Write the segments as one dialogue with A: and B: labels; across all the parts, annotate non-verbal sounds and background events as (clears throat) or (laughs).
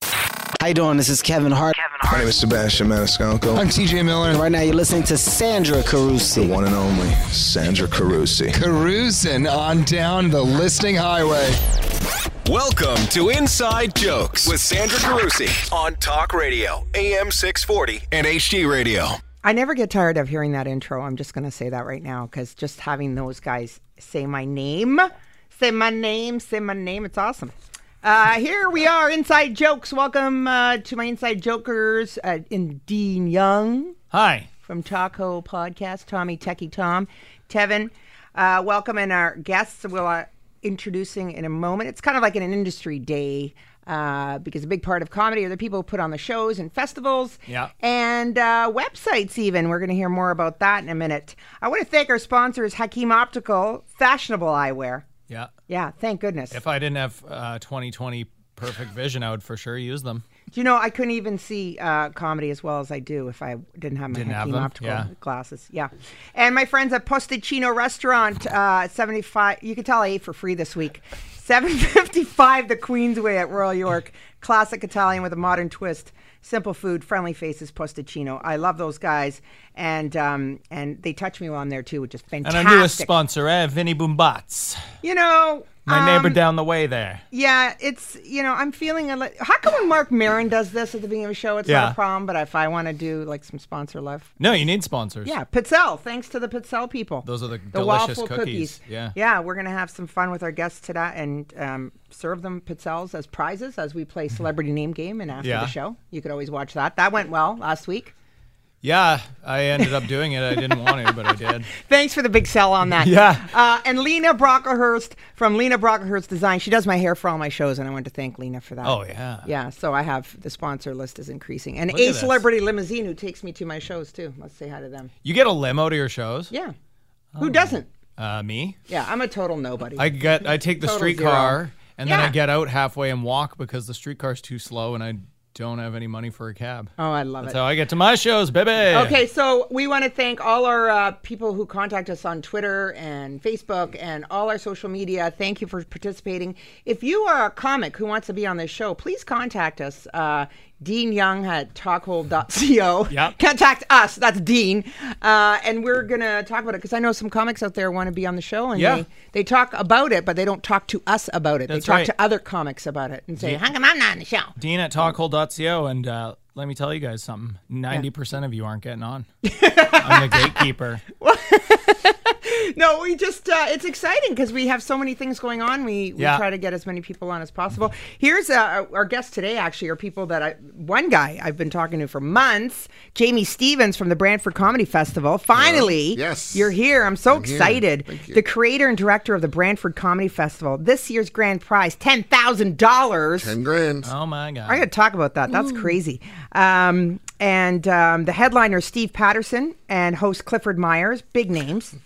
A: How you doing? This is Kevin Hart.
B: My name is Sebastian Maniscalco.
C: I'm TJ Miller.
A: Right now, you're listening to Sandra Carusi.
B: One and only Sandra Carusi.
C: Carousing on down the listening highway.
D: Welcome to Inside Jokes with Sandra Carusi on Talk Radio, AM 640, and HD Radio.
E: I never get tired of hearing that intro. I'm just going to say that right now because just having those guys say my name, say my name, say my name, it's awesome. Uh, here we are, Inside Jokes. Welcome uh, to my Inside Jokers uh, in Dean Young
F: Hi.
E: from Taco Podcast, Tommy Techie Tom, Tevin. Uh, welcome, and our guests will uh, introducing in a moment. It's kind of like an industry day uh, because a big part of comedy are the people who put on the shows and festivals
F: Yeah.
E: and uh, websites. Even we're going to hear more about that in a minute. I want to thank our sponsors, Hakeem Optical, fashionable eyewear.
F: Yeah.
E: Yeah, thank goodness.
F: If I didn't have uh, 2020 perfect vision, I would for sure use them.
E: Do you know I couldn't even see uh, comedy as well as I do if I didn't have my
F: Didn't have
E: Hakeem
F: them?
E: optical
F: Yeah.
E: glasses. Yeah, and my friends at Posticino Restaurant, uh, seventy five. You can tell I ate for free this week. Seven fifty five, the Queensway at Royal York. Classic Italian with a modern twist. Simple food, friendly faces, Posticino. I love those guys, and um, and they touch me while I'm there too, which is
F: And
E: fantastic.
F: our newest sponsor, eh, Vinny Boombats,
E: You know,
F: my
E: um,
F: neighbor down the way there.
E: yeah, it's you know I'm feeling a li- how come when Mark Maron does this at the beginning of a show it's not
F: Yeah.
E: a problem, but if I want to do like some sponsor love,
F: No, you need sponsors.
E: yeah, Pitzel. Thanks to the Pitzel people.
F: Those are the
E: the
F: delicious
E: waffle
F: cookies.
E: cookies.
F: Yeah.
E: yeah, we're gonna have some fun with our guests today and um, serve them Pitzels as prizes as we play celebrity name game and after
F: Yeah.
E: the show you could always watch that. That went well last week.
F: Yeah, I ended up doing it. I didn't want to, but I
E: (laughs)
F: did.
E: Thanks for the big sell on that.
F: Yeah.
E: Uh, and Lena Brockerhurst from Lena Brockerhurst Design. She does my hair for all my shows, and I want to thank Lena for that.
F: Oh, yeah.
E: Yeah. So I have the sponsor list is increasing, and
F: Look at
E: a
F: this.
E: celebrity limousine who takes me to my shows too. Let's say hi to them.
F: You get a limo to your shows?
E: Yeah. Who doesn't?
F: Uh, me?
E: Yeah, I'm a total nobody.
F: Oh. I get. I take the
E: Total
F: streetcar,
E: zero.
F: and then I
E: Yeah.
F: get out halfway and walk because the streetcar's too slow, and I don't have any money for a cab.
E: oh, I love
F: That's
E: it.
F: how I get to my shows, baby.
E: Okay, so we want to thank all our uh, people who contact us on Twitter and Facebook and all our social media. Thank you for participating. If you are a comic who wants to be on this show, please contact us. Uh, Dean Young at talkhold.co.
F: Yep.
E: (laughs) Contact us. That's Dean. Uh, and we're going to talk about it because I know some comics out there want to be on the show and
F: Yeah.
E: they, they talk about it, but they don't talk to us about it.
F: That's
E: they talk
F: right.
E: to other comics about it and say, how come I'm not on the show?
F: Dean at talkhole.co. And uh, let me tell you guys something 90% of you aren't getting on. (laughs) I'm the gatekeeper.
E: No, we just, uh, it's exciting because we have so many things going on. We, we
F: Yeah.
E: try to get as many people on as possible. Here's uh, our guests today, actually, are people that I, one guy I've been talking to for months, Jamie Stevens from the Brantford Comedy Festival. Finally,
G: Yes.
E: you're here. I'm so excited.
G: Thank you.
E: The creator and director of the Brantford Comedy Festival. This year's grand prize, $10,000.
G: Ten grand.
F: Oh, my God.
E: I got to talk about that. That's crazy. Um, and um, the headliner Steve Patterson and host Clifford Myers, big names,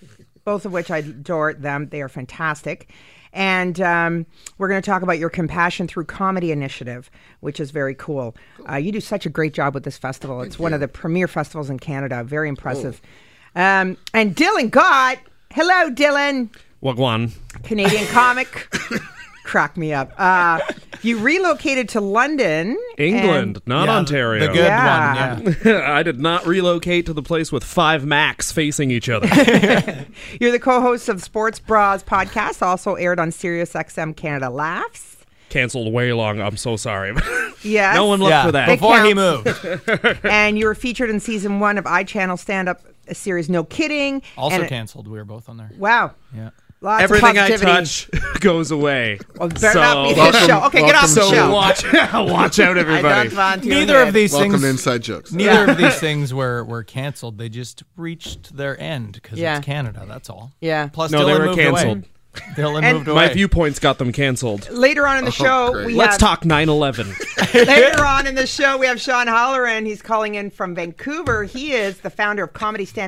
E: both of which I adore them. They are fantastic. And um, we're going to talk about your Compassion Through Comedy initiative, which is very cool. Uh, you do such a great job with this festival. It's one of the premier festivals in Canada. Very impressive. Um, and Dylan Gott. Hello, Dylan.
H: Wagwan.
E: Canadian comic. Crack me up. Uh, you relocated to London,
H: England,
E: and-
H: not
F: Yeah, the-
H: Ontario.
F: The good
E: Yeah.
F: one. Yeah.
H: (laughs) I did not relocate to the place with five Macs facing each other.
E: (laughs) you're the co-host of Sports Bras podcast, also aired on Sirius XM Canada Laughs.
H: Cancelled way long. I'm so sorry. (laughs)
E: Yes.
H: no one looked
F: Yeah,
H: for that.
F: Before he
E: counts.
F: moved. (laughs)
E: and you were featured in season one of iChannel Stand Up series No Kidding.
F: Also
E: and it-
F: canceled. We were both on there.
E: Wow.
F: Yeah.
E: Lots
H: Everything
E: of
H: I
E: positivity.
H: touch (laughs) goes away.
E: Well, better
H: so
E: not be
H: (laughs)
E: this show. Okay, get off the
H: so
E: show.
H: watch, (laughs) watch out,
E: I
H: everybody.
E: don't want to
F: Neither of
E: admit.
F: these
G: Welcome
F: things.
G: to Inside Jokes.
F: Neither of these things were, were canceled. They just reached their end because
E: Yeah.
F: it's Canada. That's all.
E: Yeah.
F: Plus,
H: No,
F: Dylan
H: they were
F: moved
H: canceled.
F: Away. Dylan
E: And-
F: moved away.
H: My viewpoints got them canceled.
E: Later
H: Oh,
E: on in the show,
G: great.
E: we have-
H: Let's talk
E: (laughs)
H: 9 11.
E: Later on in the show, we have Sean Holleran. He's calling in from Vancouver. He is the founder of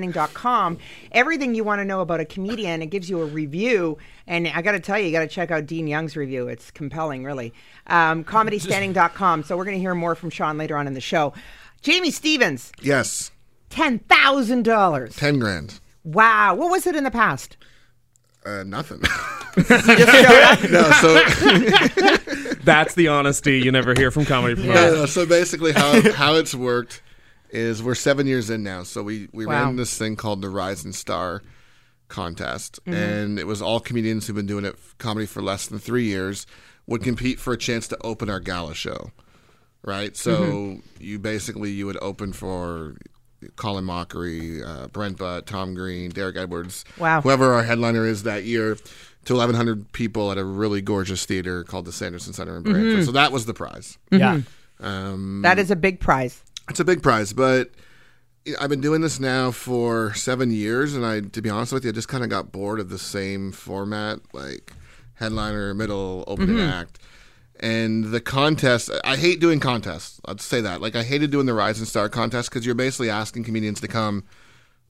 E: ComedyStanding.com. Everything you want to know about a comedian, it gives you a review. And I got to tell you, you got to check out Dean Young's review. It's compelling, really. Um, ComedyStanding.com. So we're going to hear more from Sean later on in the show. Jamie Stevens,
G: Yes.
E: $10,000.
G: Ten grand.
E: Wow. What was it in the past?
G: Uh, nothing. (laughs) no, so
H: That's the honesty you never hear from comedy promoters.
G: Yeah, so
E: (laughs)
G: basically, how how it's worked is we're seven years in now. So we we
E: Wow.
G: ran this thing called the Rise and Star contest,
E: Mm-hmm.
G: and it was all comedians who've been doing it comedy for less than three years would compete for a chance to open our gala show, right? So
E: Mm-hmm.
G: you basically you would open for. Colin Mockery, uh, Brent Butt, Tom Green, Derek Edwards,
E: Wow.
G: whoever our headliner is that year, to 1,100 people at a really gorgeous theater called the Sanderson Center
E: Mm-hmm.
G: in Brantford. So that was the prize.
F: Yeah.
H: Mm-hmm.
G: Um,
E: That is a big prize.
G: it's a big prize, but I've been doing this now for seven years, and I, to be honest with you, I just kind of got bored of the same format, like headliner, middle, opening act, and the contest. I hate doing contests. I'd say that. Like I hated doing the Rise and Star contest because you're basically asking comedians to come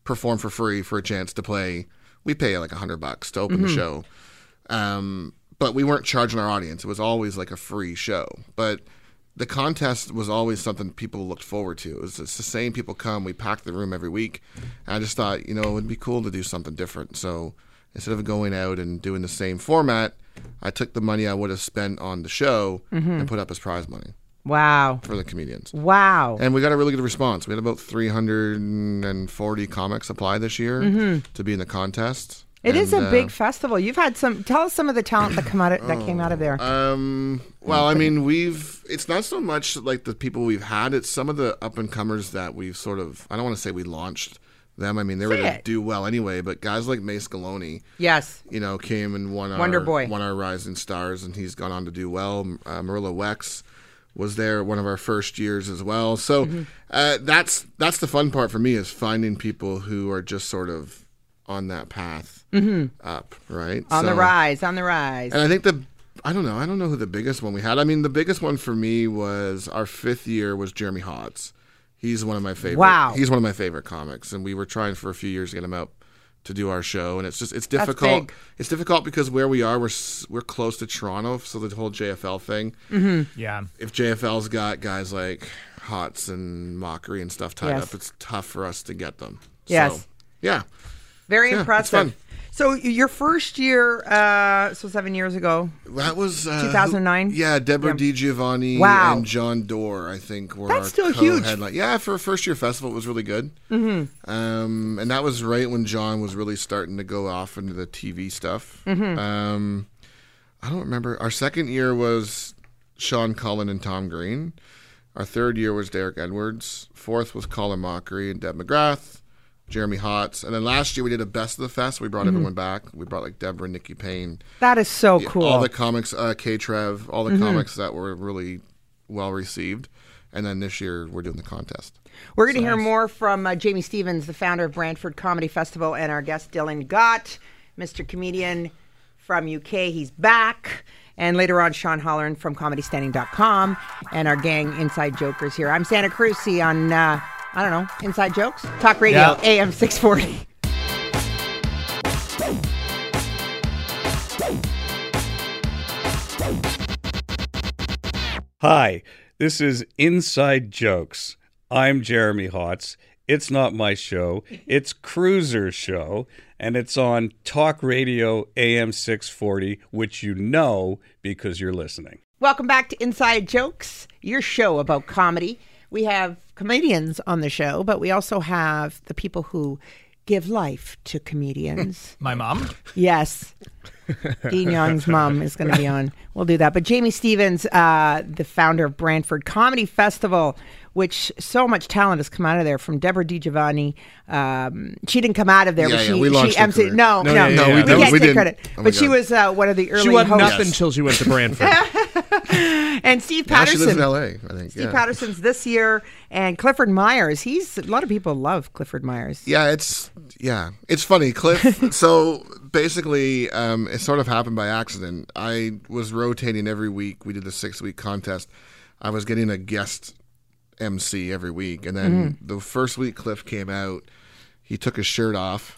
G: perform for free for a chance to play. We pay like a hundred bucks to open the show, um, but we weren't charging our audience. It was always like a free show, but the contest was always something people looked forward to. It was it's the same people come. We packed the room every week, and I just thought you know it would be cool to do something different. So instead of going out and doing the same format, I took the money I would have spent on the show
E: Mm-hmm.
G: and put up as prize money
E: Wow.
G: for the comedians.
E: Wow.
G: And we got a really good response. We had about 340 comics apply this year to be in the contest.
E: Mm-hmm. It is
G: And,
E: a
G: uh,
E: big festival. You've had some. Tell us some of the talent that come out of, that came out of there.
G: Um, well, I mean, we've it's not so much like the people we've had; it's some of the up and comers that we've sort of. I don't want to say we launched them. I mean, they were
E: Say
G: going to
E: it.
G: do well anyway. But guys like Mace Galoney,
E: yes.
G: you know, came and won our
E: Wonder Boy.
G: won our Rising Stars, and he's gone on to do well. Uh, Marilla Wex was there one of our first years as well. So
E: Mm-hmm.
G: uh, that's that's the fun part for me is finding people who are just sort of on that path up, right?
E: Mm-hmm. On the
G: So-
E: rise. On the rise.
G: and I think the I don't know. I don't know who the biggest one we had. I mean, the biggest one for me was our fifth year was Jeremy Hodds. He's one of my favorite.
E: Wow.
G: He's one of my favorite comics, and we were trying for a few years to get him out to do our show, and it's just it's difficult.
E: big.
G: It's difficult because where we are, we're s- we're close to Toronto, so the whole JFL thing.
E: Mm.
F: Yeah.
G: If JFL's got guys like Hots and Mockery and stuff tied
E: Yes.
G: up, it's tough for us to get them.
E: Yes.
G: So, yeah.
E: Very
G: Yeah, it's
E: impressive.
G: fun.
E: So y- your first year, uh, so seven years ago.
G: That was uh,
E: 2009?
G: who- Yeah, Deborah Di DiGiovanni
E: Wow.
G: and John Doerr, I think, were
E: That's
G: our
E: still huge.
G: co-headline- Yeah, for a first year festival, it was really good. Mm-hmm. Um, and that was right when John was really starting to go off into the TV stuff.
E: Mm-hmm.
G: Um, I don't remember. Our second year was Sean Cullen and Tom Green. Our third year was Derek Edwards. Fourth was Colin Mockery and Deb McGrath, Jeremy Hotz. And then last year we did a best of the fest. We brought
E: Mm-hmm.
G: everyone back. We brought like Deborah, Nikki Payne,
E: That is so
G: yeah,
E: cool. Mm-hmm.
G: All the comics, uh, K Trev, all the comics that were really well received. And then this year we're doing the contest.
E: We're going to hear more from uh, Jamie Stevens, the founder of Brantford Comedy Festival, and our guest Dylan Gott, Mr. Comedian from UK. He's back. And later on, Sean Holleran from ComedyStanding.com and our gang Inside Jokers here. I'm Santa Cruz on, uh, I don't know, Inside Jokes? Talk Radio,
F: Yeah.
E: AM 640.
I: Hi, this is Inside Jokes. I'm Jeremy Hotz. It's not my
A: (laughs)
I: show, it's Cruiser's show, and it's on Talk Radio AM 640, which you know because you're listening.
E: Welcome back to Inside Jokes, your show about comedy. We have comedians on the show, but we also have the people who give life
F: (laughs)
E: to comedians.
F: My mom.
E: Yes. Dean Young's mom is going to be on. We'll do that. But Jamie Stevens, uh, the founder of Brantford Comedy Festival, which so much talent has come out of there from Deborah DiGiovanni. Um, she didn't come out of there,
G: Yeah,
E: but
G: yeah,
E: she,
G: we launched
E: she
G: her
E: emceed.
G: career.
E: No, no,
G: No, yeah,
H: yeah, yeah,
E: we,
H: that was-
E: can't
G: we
E: take
G: didn't.
E: credit.
G: Oh my
E: but she
G: God.
E: was uh, one of the early
H: She wasn't
E: hosts.
H: nothing until she went
E: (laughs)
H: to Branford.
E: And Steve
G: Now she
E: Patterson.
G: lives in LA, I think.
E: Steve
G: yeah.
E: Patterson's this year, and Clifford Myers. He's a lot of people love Clifford Myers.
G: Yeah, it's yeah, it's
E: (laughs)
G: funny, Cliff. so basically, um, it sort of happened by accident. I was rotating every week. We did the six week contest. I was getting a guest MC every week, and then
E: Mm-hmm.
G: the first week Cliff came out, he took his
E: (laughs)
G: shirt off.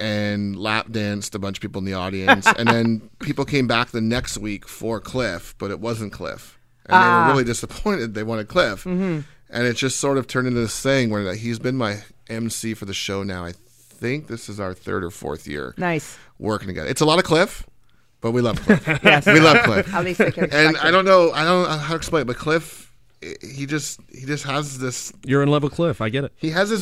G: And lap danced a bunch of people in the audience, and
E: (laughs)
G: then people came back the next week for Cliff, but it wasn't Cliff, and they
E: Ah.
G: were really disappointed. They wanted Cliff,
E: Mm-hmm.
G: and it just sort of turned into this thing where like, he's been my MC for the show now. I think this is our third or fourth year.
E: Nice.
G: working together. It's a lot of Cliff, but we love
E: (laughs)
G: Cliff. we love Cliff.
E: At least I can
G: and
E: expect
G: I don't know, I don't know how to explain, it, but Cliff, i- he just he just has this,
H: You're in love with Cliff. I get it.
G: he has this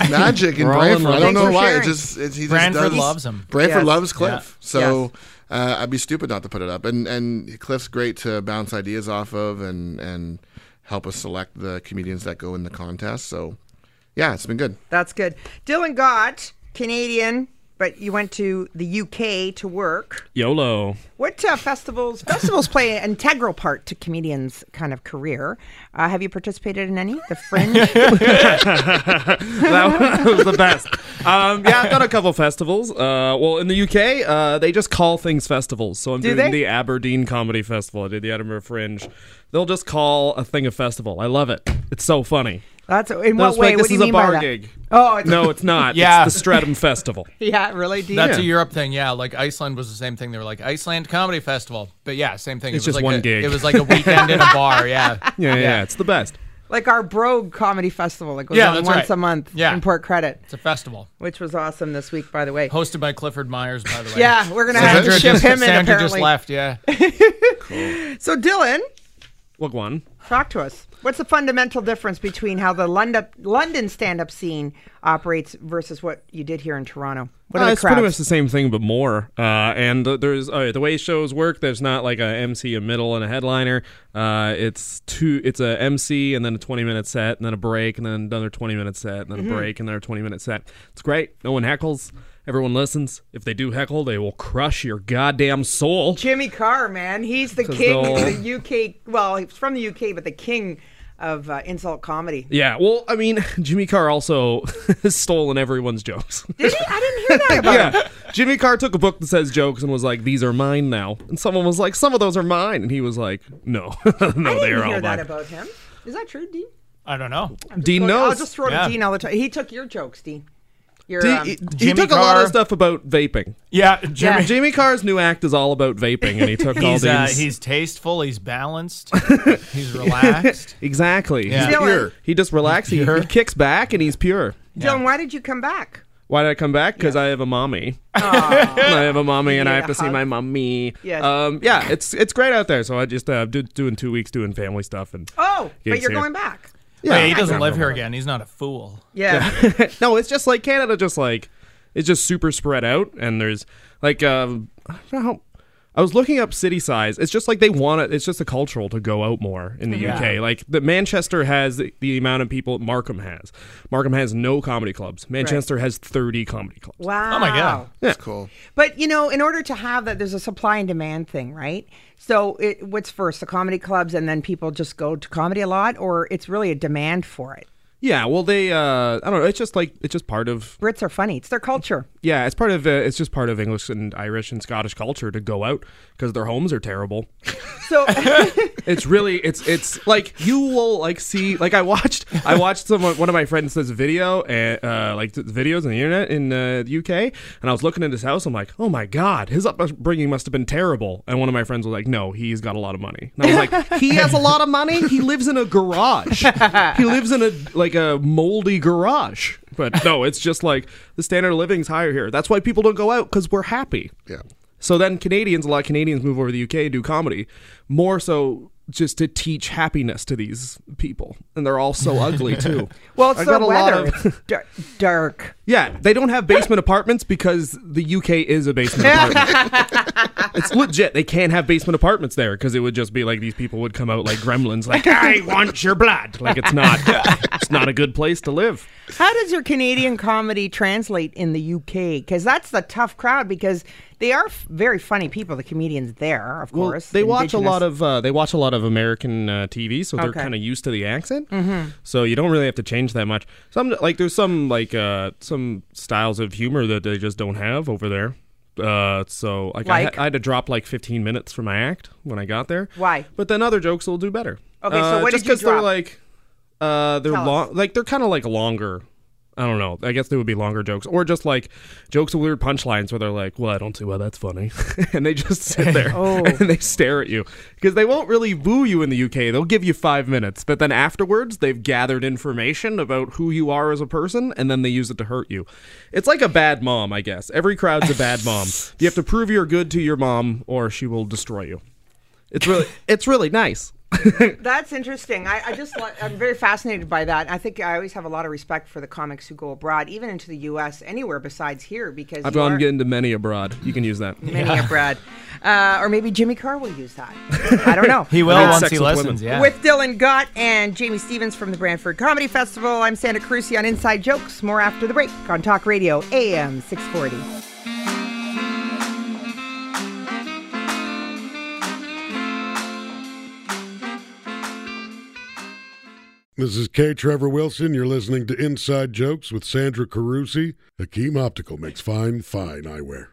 F: (laughs)
G: magic in
H: We're all in
G: Branford.
H: love.
G: I don't
E: Thanks
G: know
E: for
G: why. It
E: sharing.
G: just it, he just
F: Branford
G: does-
F: loves him.
G: Branford
E: Yes.
G: loves Cliff,
F: Yeah.
G: so uh, I'd be stupid not to put it up. And and Cliff's great to bounce ideas off of and and help us select the comedians that go in the contest. So yeah, it's been good.
E: That's good. Dylan Gott, Canadian, but you went to the UK to work.
H: YOLO.
E: What uh, festivals? Festivals play an integral part to comedians' kind of career. Uh, have you participated in any? The Fringe.
H: (laughs) that was the best. Um, yeah, I've done a couple festivals. Uh, well, in the UK, uh, they just call things festivals. So I'm
E: Do
H: doing
E: they?
H: the Aberdeen Comedy Festival. I did the Edinburgh Fringe. They'll just call a thing a festival. I love it. It's so funny.
E: That's in
H: They'll
E: what
H: just
E: way?
H: like,
E: what
H: this
E: do you
H: is a
E: mean by
H: bar
E: that?
H: gig.
E: Oh, it's, (laughs)
H: No, it's not.
F: Yeah.
H: It's the Streatham Festival.
E: yeah, really? Do you?
F: That's a Europe thing, yeah. Like Iceland was the same thing. They were like Iceland Comedy Festival, but yeah, same thing.
H: It's
F: it was
H: just
F: like
H: one
F: a,
H: gig.
F: It was like a weekend
H: (laughs)
F: in a bar, yeah.
H: Yeah, yeah, yeah. It's the best.
E: like our Brogue Comedy Festival that goes
F: Yeah,
E: on
F: that's
E: once
F: right.
E: a month
F: Yeah.
E: in Port Credit,
F: It's a festival
E: which was awesome this week, by the way.
F: hosted by Clifford Myers, by the way.
E: Yeah, we're gonna have
F: Sandra
E: to ship
F: just,
E: him in
F: Sandra
E: apparently.
F: just left. Yeah,
E: So Dylan,
H: Look, one.
E: talk to us. What's the fundamental difference between how the London London stand-up scene operates versus what you did here in Toronto? What
H: Uh,
E: are the
H: it's pretty much
E: crowds?
H: the same thing, but more. Uh, and th- there's uh, the way shows work. There's not like a MC, a middle, and a headliner. Uh, it's two. It's a MC and then a 20 minute set, and then a break, and then another 20 minute set, and then
E: Mm-hmm.
H: a break, and then a 20 minute set. It's great. No one heckles. Everyone listens. If they do heckle, they will crush your goddamn soul.
E: Jimmy Carr, man, he's the
H: Because
E: king,
H: they'll-
E: of the UK. Well, he's from the UK, but the king of uh, insult comedy.
H: Yeah. Well, I mean, (laughs) Jimmy Carr also (laughs) has stolen everyone's jokes. (laughs)
E: Did he? I
F: (laughs)
E: didn't hear that about him.
H: yeah. Jimmy Carr took a book that says jokes and was like, "These are mine now." And someone was like, "Some of those are mine," and he was like, "No,
E: I
H: (laughs) no, they
E: didn't
H: are
E: hear
H: all
E: that
H: mine."
E: about him. Is that true, Dean?
F: I don't know.
H: Dean
E: Look,
H: knows.
E: I'll just throw
F: Yeah.
E: to Dean all the time. He took your jokes, Dean. Your
H: He-
E: um,
H: he, he
F: Jimmy
H: took a lot
F: Carr-
H: of stuff about vaping.
F: Yeah,
E: Yeah.
H: Jimmy Carr's new act is all about vaping, and he took all
F: He's,
H: these.
F: uh, he's tasteful. He's
H: (laughs)
F: balanced. he's relaxed.
H: exactly.
F: Yeah.
H: He's
E: Dylan.
H: pure. He just relaxes. He, he kicks back, and he's pure.
E: Dylan, why did you come back?
H: Why did I come back? Because I have a mommy. (laughs) I have a mommy, and I
E: need
H: have
E: a
H: to see
E: hug?
H: my mommy.
E: Yes.
H: Um, yeah, it's it's great out there. So I just uh, do, doing two weeks doing family stuff, and
E: Oh, but
H: Gigs
E: you're
H: here.
E: going back.
H: yeah,
F: Hey, he doesn't live here again. He's not a fool.
E: Yeah.
H: (laughs) no, it's just like Canada, just like it's just super spread out, and there's like um, I don't know. How, I was looking up city size. It's just like they want it. It's just a cultural to go out more in the UK. Like the Manchester has the, the amount of people Markham has. Markham has no comedy clubs. Manchester has thirty comedy
E: (laughs)
H: clubs.
E: Wow.
F: Oh my god.
G: That's cool.
E: But you know, in order to have that, there's a supply and demand thing, right? So, it, what's first, the comedy clubs, and then people just go to comedy a lot, or it's really a demand for it.
H: Yeah. Well, they. Uh, I don't know. It's just like it's just part of
E: Brits are funny; it's their culture.
H: Yeah, it's part of uh, it's just part of English and Irish and Scottish culture to go out because their homes are terrible. (laughs)
E: So,
H: It's really it's it's like you will like see like I watched I watched some one of my friends this video and uh, like th- videos on the internet in uh, the UK and I was looking at his house I'm like oh my god his upbringing must have been terrible and one of my friends was like no he's got a lot of money and I was like he has a lot of money he lives in a garage he lives in a like a moldy garage but no it's just like the standard of living's higher here that's why people don't go out because we're happy
G: Yeah.
H: so then Canadians, a lot of Canadians move over to the UK and do comedy, more so just to teach happiness to these people, and they're all so ugly
E: (laughs)
H: too.
E: well, it's
H: I
E: their
H: got a lot
E: weather.
H: of- (laughs)
E: It's dar- dark.
H: yeah, they don't have basement apartments because the UK is a basement apartment.
E: (laughs)
H: it's legit. They can't have basement apartments there because it would just be like these people would come out like gremlins, like I want your blood. Like it's not, it's not a good place to live.
E: How does your Canadian comedy translate in the UK? Because that's the tough crowd. Because they are f- very funny people. The comedians there, of
H: Well,
E: course.
H: they watch a
E: Indigenous.
H: lot of uh, they watch a lot of American uh, TV, so they're
E: Okay.
H: kind of used to the accent. Mm-hmm. So you don't really have to change that much. Some like there's some like uh, some styles of humor that they just don't have over there. Uh, so like, I,
E: Like?
H: ha- I had to drop like 15 minutes from my act when I got there.
E: Why?
H: But then other jokes will do better.
E: Okay, so
H: Uh,
E: what
H: just
E: did you
H: they're
E: drop?
H: like uh, they're
E: Tell us.
H: long, like they're kind of like longer I don't know. I guess they would be longer jokes or just like jokes with weird punchlines where they're like, "Well, I don't see why that's funny," (laughs) and they just sit there (laughs) and they stare at you because they won't really boo you in the UK. They'll give you five minutes, but then afterwards they've gathered information about who you are as a person and then they use it to hurt you. It's like a bad mom, I guess. Every crowd's a bad mom. You have to prove you're good to your mom or she will destroy you. It's really, it's really nice.
E: That's interesting. I, I just li- I'm very fascinated by that. I think I always have a lot of respect for the comics who go abroad, even into the U.S. anywhere besides here, because
H: I've
E: you
H: gone
E: are
H: into many abroad. You can use that.
E: many abroad, uh, or maybe Jimmy Carr will use that. I don't know.
F: (laughs) He will
H: Had
F: once
H: sex
F: he
H: with women.
F: listens. Yeah.
E: With Dylan Gott and Jamie Stevens from the Brantford Comedy Festival, I'm Santa Carusi on Inside Jokes. More after the break on Talk Radio AM 640.
J: This is K. Trevor Wilson. You're listening to Inside Jokes with Sandra Carusi. Hakeem Optical makes fine, fine eyewear.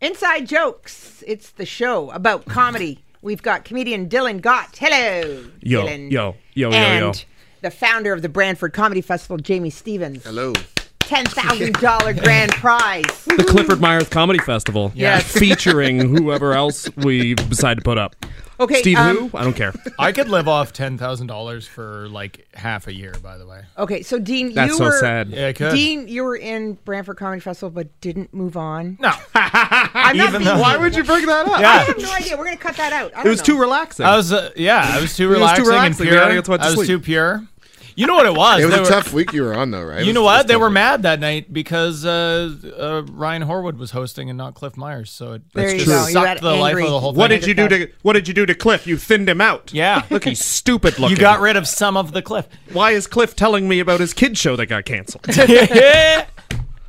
E: Inside Jokes. It's the show about comedy. We've got comedian Dylan Gott. Hello,
H: Yo,
E: Dylan.
H: yo, yo, yo,
E: and
H: yo.
E: the founder of the Brantford Comedy Festival, Jamie Stevens.
G: Hello.
E: Ten thousand
H: (laughs)
E: dollar grand prize.
H: The Clifford Myers Comedy Festival.
E: Yes.
H: Featuring whoever else we decide to put up.
E: Okay,
H: Steve
E: um,
H: who? I don't care.
F: I could live off ten thousand dollars for like half a year. By the way,
E: Okay, so Dean,
H: That's
E: you
H: so
E: were
H: sad.
F: Yeah, I could.
E: Dean, you were in Brantford Comedy Festival, but didn't move on.
F: no,
E: I'm not
F: Even
E: being-
F: though- Why
H: would you bring that up?
E: I have no idea. We're gonna cut that out. I
H: It was
E: don't
H: too
E: know.
H: relaxing.
F: I was uh, yeah, I was too
H: (laughs) was
F: relaxing,
H: too relaxing.
F: and
H: The
F: pure.
H: audience went to
F: I was
H: sleep.
F: too pure. You know what it was?
G: It was
F: They
G: a
F: were-
G: tough week you were on, though, right?
F: You know
G: It was- it was
F: what? They
G: tough
F: were
G: week.
F: mad that night because uh, uh, Ryan Horwood was hosting and not Cliff Myers, so it
E: There
F: it
E: you
F: just
E: go. You got
F: sucked the life
E: angry.
F: of the whole
H: what
F: thing.
H: did you do to What did you do to Cliff? You thinned him out.
F: Yeah.
H: Look, he's stupid looking.
F: You got rid of some of the
H: (laughs)
F: Cliff. (laughs)
H: Why is Cliff telling me about his kid show that got canceled?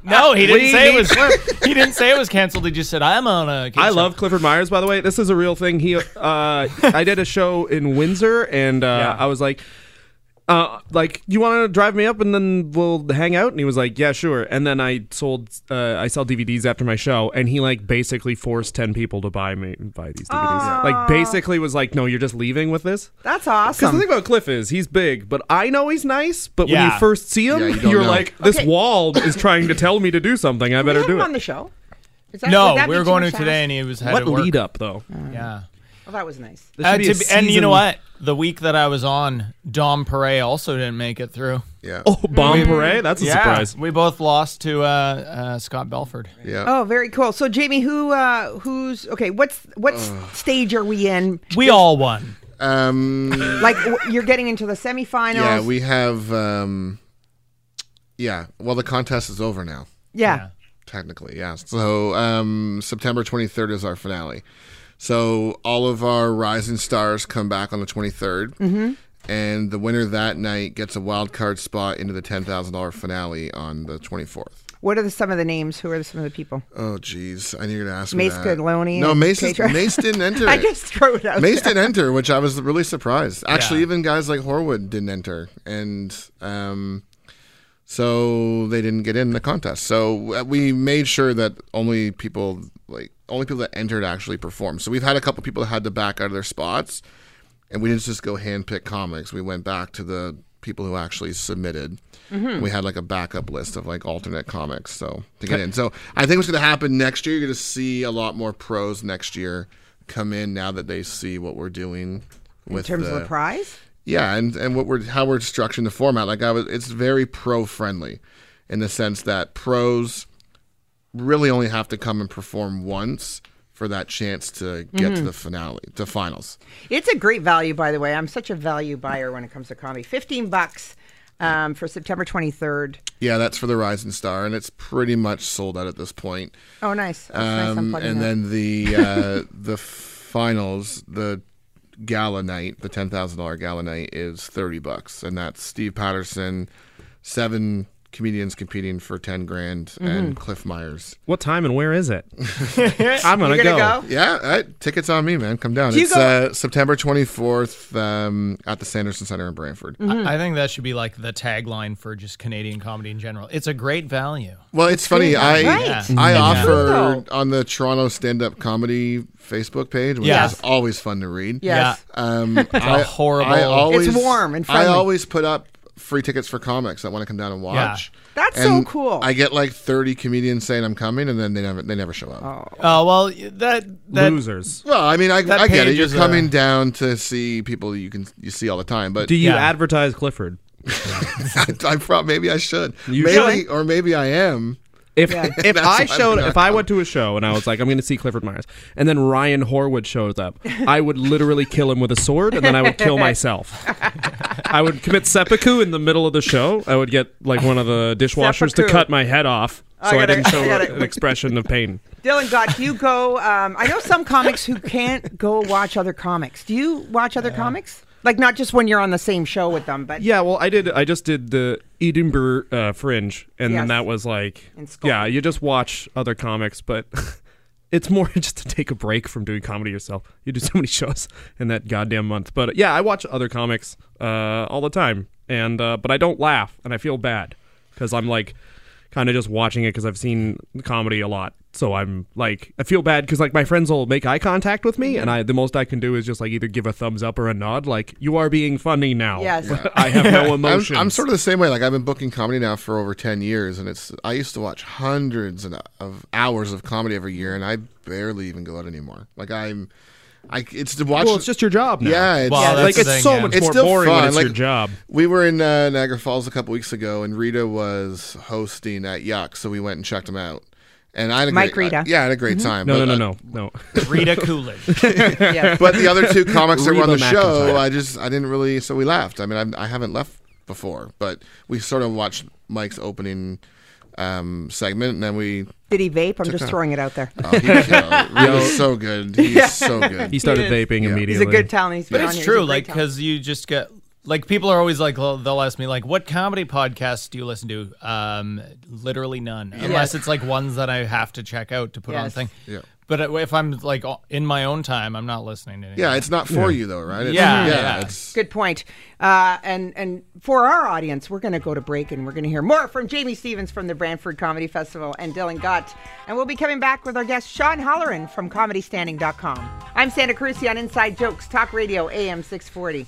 F: no, he didn't
H: We
F: say
H: need-
F: it was.
H: (laughs)
F: he didn't say it was canceled. He just said I'm on a.
H: I love Clifford Myers, by the way. This is a real
E: (laughs)
H: thing. He, uh, I did a show in Windsor, and uh,
F: Yeah.
H: I was like, uh, like, you want to drive me up, and then we'll hang out? And he was like, yeah, sure. And then I sold, uh, I sell DVDs after my show, and he like basically forced ten people to buy me buy these DVDs. Like, basically was like, no, you're just leaving with this.
E: That's
H: Because the
E: awesome.
H: thing about Cliff is he's big, but I know he's nice. But when
F: Yeah.
H: you first see him,
G: Yeah, you don't
H: you are
G: know.
H: like, this
E: Okay.
H: wall is trying to tell me to do something. I
E: We
H: better
E: had him
H: do
E: on
H: it.
E: the show. Is that- would
F: No,
E: that
F: we
E: be
F: were
E: too
F: going
E: much
F: in
E: to
F: today,
E: ask?
F: and he was had
H: What
F: to work.
H: lead up though?
F: Yeah.
E: Oh, that was nice.
H: There should
F: Uh,
H: be a
F: to be- and you
H: season-
F: know what? The week that I was on, Dom Pere also didn't make it through.
G: Yeah.
H: Oh, bomb parade! That's a surprise.
F: We both lost to uh, uh, Scott Belford.
G: Yeah.
E: Oh, very cool. So, Jamie, who, uh, who's okay? What's what stage are we in?
F: We all won.
G: Um,
E: Like, w- you're getting into the semifinals.
G: yeah, we have. Um, yeah. Well, the contest is over now.
E: Yeah.
G: technically yeah so um september 23rd is our finale so all of our rising stars come back on the 23rd mm-hmm. and the winner that night gets a wild card spot into the $10000 finale on the 24th
E: What are the, some of the names? Who are the, some of the people?
G: oh jeez i knew you were gonna ask
E: Mace
G: me that.
E: Goodloney
G: no
E: and
G: mace, is-
E: Pedro.
G: mace
E: (laughs)
G: didn't enter
E: I
G: it.
E: just throw it out.
G: Mace
E: there.
G: didn't enter, which I was really surprised. Actually,
F: Yeah.
G: even guys like Horwood didn't enter, and um, so they didn't get in the contest. So uh, we made sure that only people like only people that entered actually performed. So we've had a couple people that had to back out of their spots, and we didn't just go handpick comics. We went back to the people who actually submitted.
E: Mm-hmm.
G: We had like a backup list of like alternate comics, so to get in. So I think what's going to happen next year, you're going to see a lot more pros next year come in now that they see what we're doing
E: In
G: with
E: terms of the prize,
G: yeah, and and what we're how we're structuring the format. Like I was, it's very pro friendly, in the sense that pros really only have to come and perform once for that chance to get to the finale, to finals.
E: it's a great value. By the way, I'm such a value buyer when it comes to comedy. Fifteen bucks um, for September 23rd.
G: Yeah, that's for the Rising Star, and it's pretty much sold out at this point.
E: Oh, nice. That's nice. I'm
G: Um,
E: plugging
G: and
E: that.
G: then
E: (laughs)
G: the uh, the finals, the gala night, the ten thousand dollar gala night is thirty bucks, and that's Steve Patterson, seven comedians competing for ten grand,
E: Mm-hmm.
G: and Cliff Myers.
H: What time and where is it? I'm gonna,
E: you're gonna go.
G: Yeah, I, tickets on me, man. Come down.
E: you
G: it's
E: go-
G: uh, September twenty fourth um, at the Sanderson Center in Brantford.
E: Mm.
F: I think that should be like the tagline for just Canadian comedy in general. It's a great value.
G: Well, it's funny. I
E: Right.
G: I
E: though.
G: offered on the Toronto stand up comedy Facebook page, which
F: Yes.
G: is always fun to read.
E: Yes.
G: Um, I,
F: horrible-
G: I always,
E: It's warm and
G: I
E: friendly.
G: always put up free tickets for comics that want to come down and watch.
E: That's
G: And
E: so cool.
G: I get like 30 comedians saying I'm coming, and then they never they never show up.
F: Oh well, that that
H: Losers.
G: Well, I mean, I,
F: That
G: I get it.
F: page
G: You're
F: is a-
G: coming down to see people you can you see all the time, but
H: Do you
F: Yeah.
H: advertise Clifford?
G: (laughs) I, I prob- maybe I should.
H: You
G: maybe or maybe I am.
H: If if
G: That's
H: I
G: why
H: showed
G: they're not
H: if I went to a show and I was like I'm going to see Clifford Myers and then Ryan Horwood shows up, I would literally kill him with a sword and then I would kill myself. I would commit seppuku in the middle of the show. I would get like one of the dishwashers
E: Seppuku.
H: to cut my head off
E: I
H: so I,
E: gotta-
H: didn't show
E: I gotta-
H: an expression of pain.
E: Dylan got Hugo. Um, I know some comics who can't go watch other comics. Do you watch other comics? Like not just when you're on the same show with them, but
H: Yeah, well, I did. I just did the Edinburgh uh, Fringe, and
E: Yes.
H: then that was like,
E: In Scotland.
H: yeah, you just watch other comics, but (laughs) it's more (laughs) just to take a break from doing comedy yourself. You do so many (laughs) shows in that goddamn month, but uh, yeah, I watch other comics uh, all the time, and uh, but I don't laugh, and I feel bad because I'm like kind of just watching it because I've seen comedy a lot. So I'm like, I feel bad because like my friends will make eye contact with me, and I the most I can do is just like either give a thumbs up or a nod, like you are being funny now.
E: Yes. Yeah.
H: (laughs) I have no
G: (laughs) I'm,
H: emotion.
G: I'm sort of the same way. Like I've been booking comedy now for over ten years, and it's I used to watch hundreds and- of hours of comedy every year, and I barely even go out anymore. Like I'm, I it's to watch.
H: well, it's just your job. Now.
G: yeah, it's,
F: Well, Oh, that's
H: like
F: the
H: it's
F: thing,
H: so
F: yeah.
H: much
G: It's
H: more
G: still
H: boring
G: fun,
H: when it's
G: like-
H: your job.
G: We were in uh, Niagara Falls a couple weeks ago, and Rita was hosting at Yuck, so we went and checked him out. And I had a
E: Mike
G: great,
E: Rita. Mm-hmm.
G: I- yeah, I had a great time.
H: No,
G: but,
H: no,
G: uh,
H: no, no, no.
F: Rita Coolidge.
G: (laughs)
E: yeah.
G: but the other two comics that were on the
H: Reba
G: show,
H: McEntire.
G: I just I didn't really. So we left. I mean, I, I haven't left before, but we sort of watched Mike's opening um, segment, and then we.
E: Did he vape? I'm just throwing it out there.
G: Oh, he, uh, Rita's so good. He's so good.
H: He started vaping immediately.
E: He's a good talent. He's been
F: But
E: on
F: it's
E: here.
F: true,
E: He's a great
F: like
E: talent.
F: because you just get like people are always like they'll, they'll ask me like what comedy podcasts do you listen to? Um, literally none, unless it's like ones that I have to check out to put on
E: Yes.
F: thing.
G: Yeah.
F: But uh, if I'm like in my own time, I'm not listening to anything.
G: yeah, it's not for you though, right? It's,
F: Yeah, yeah.
G: It's,
E: Good point. Uh, and and for our audience, we're going to go to break and we're going to hear more from Jamie Stevens from the Brantford Comedy Festival and Dylan Gott. And we'll be coming back with our guest Sean Holleran from ComedyStanding.com. I'm Santa Cruz on Inside Jokes Talk Radio AM 640.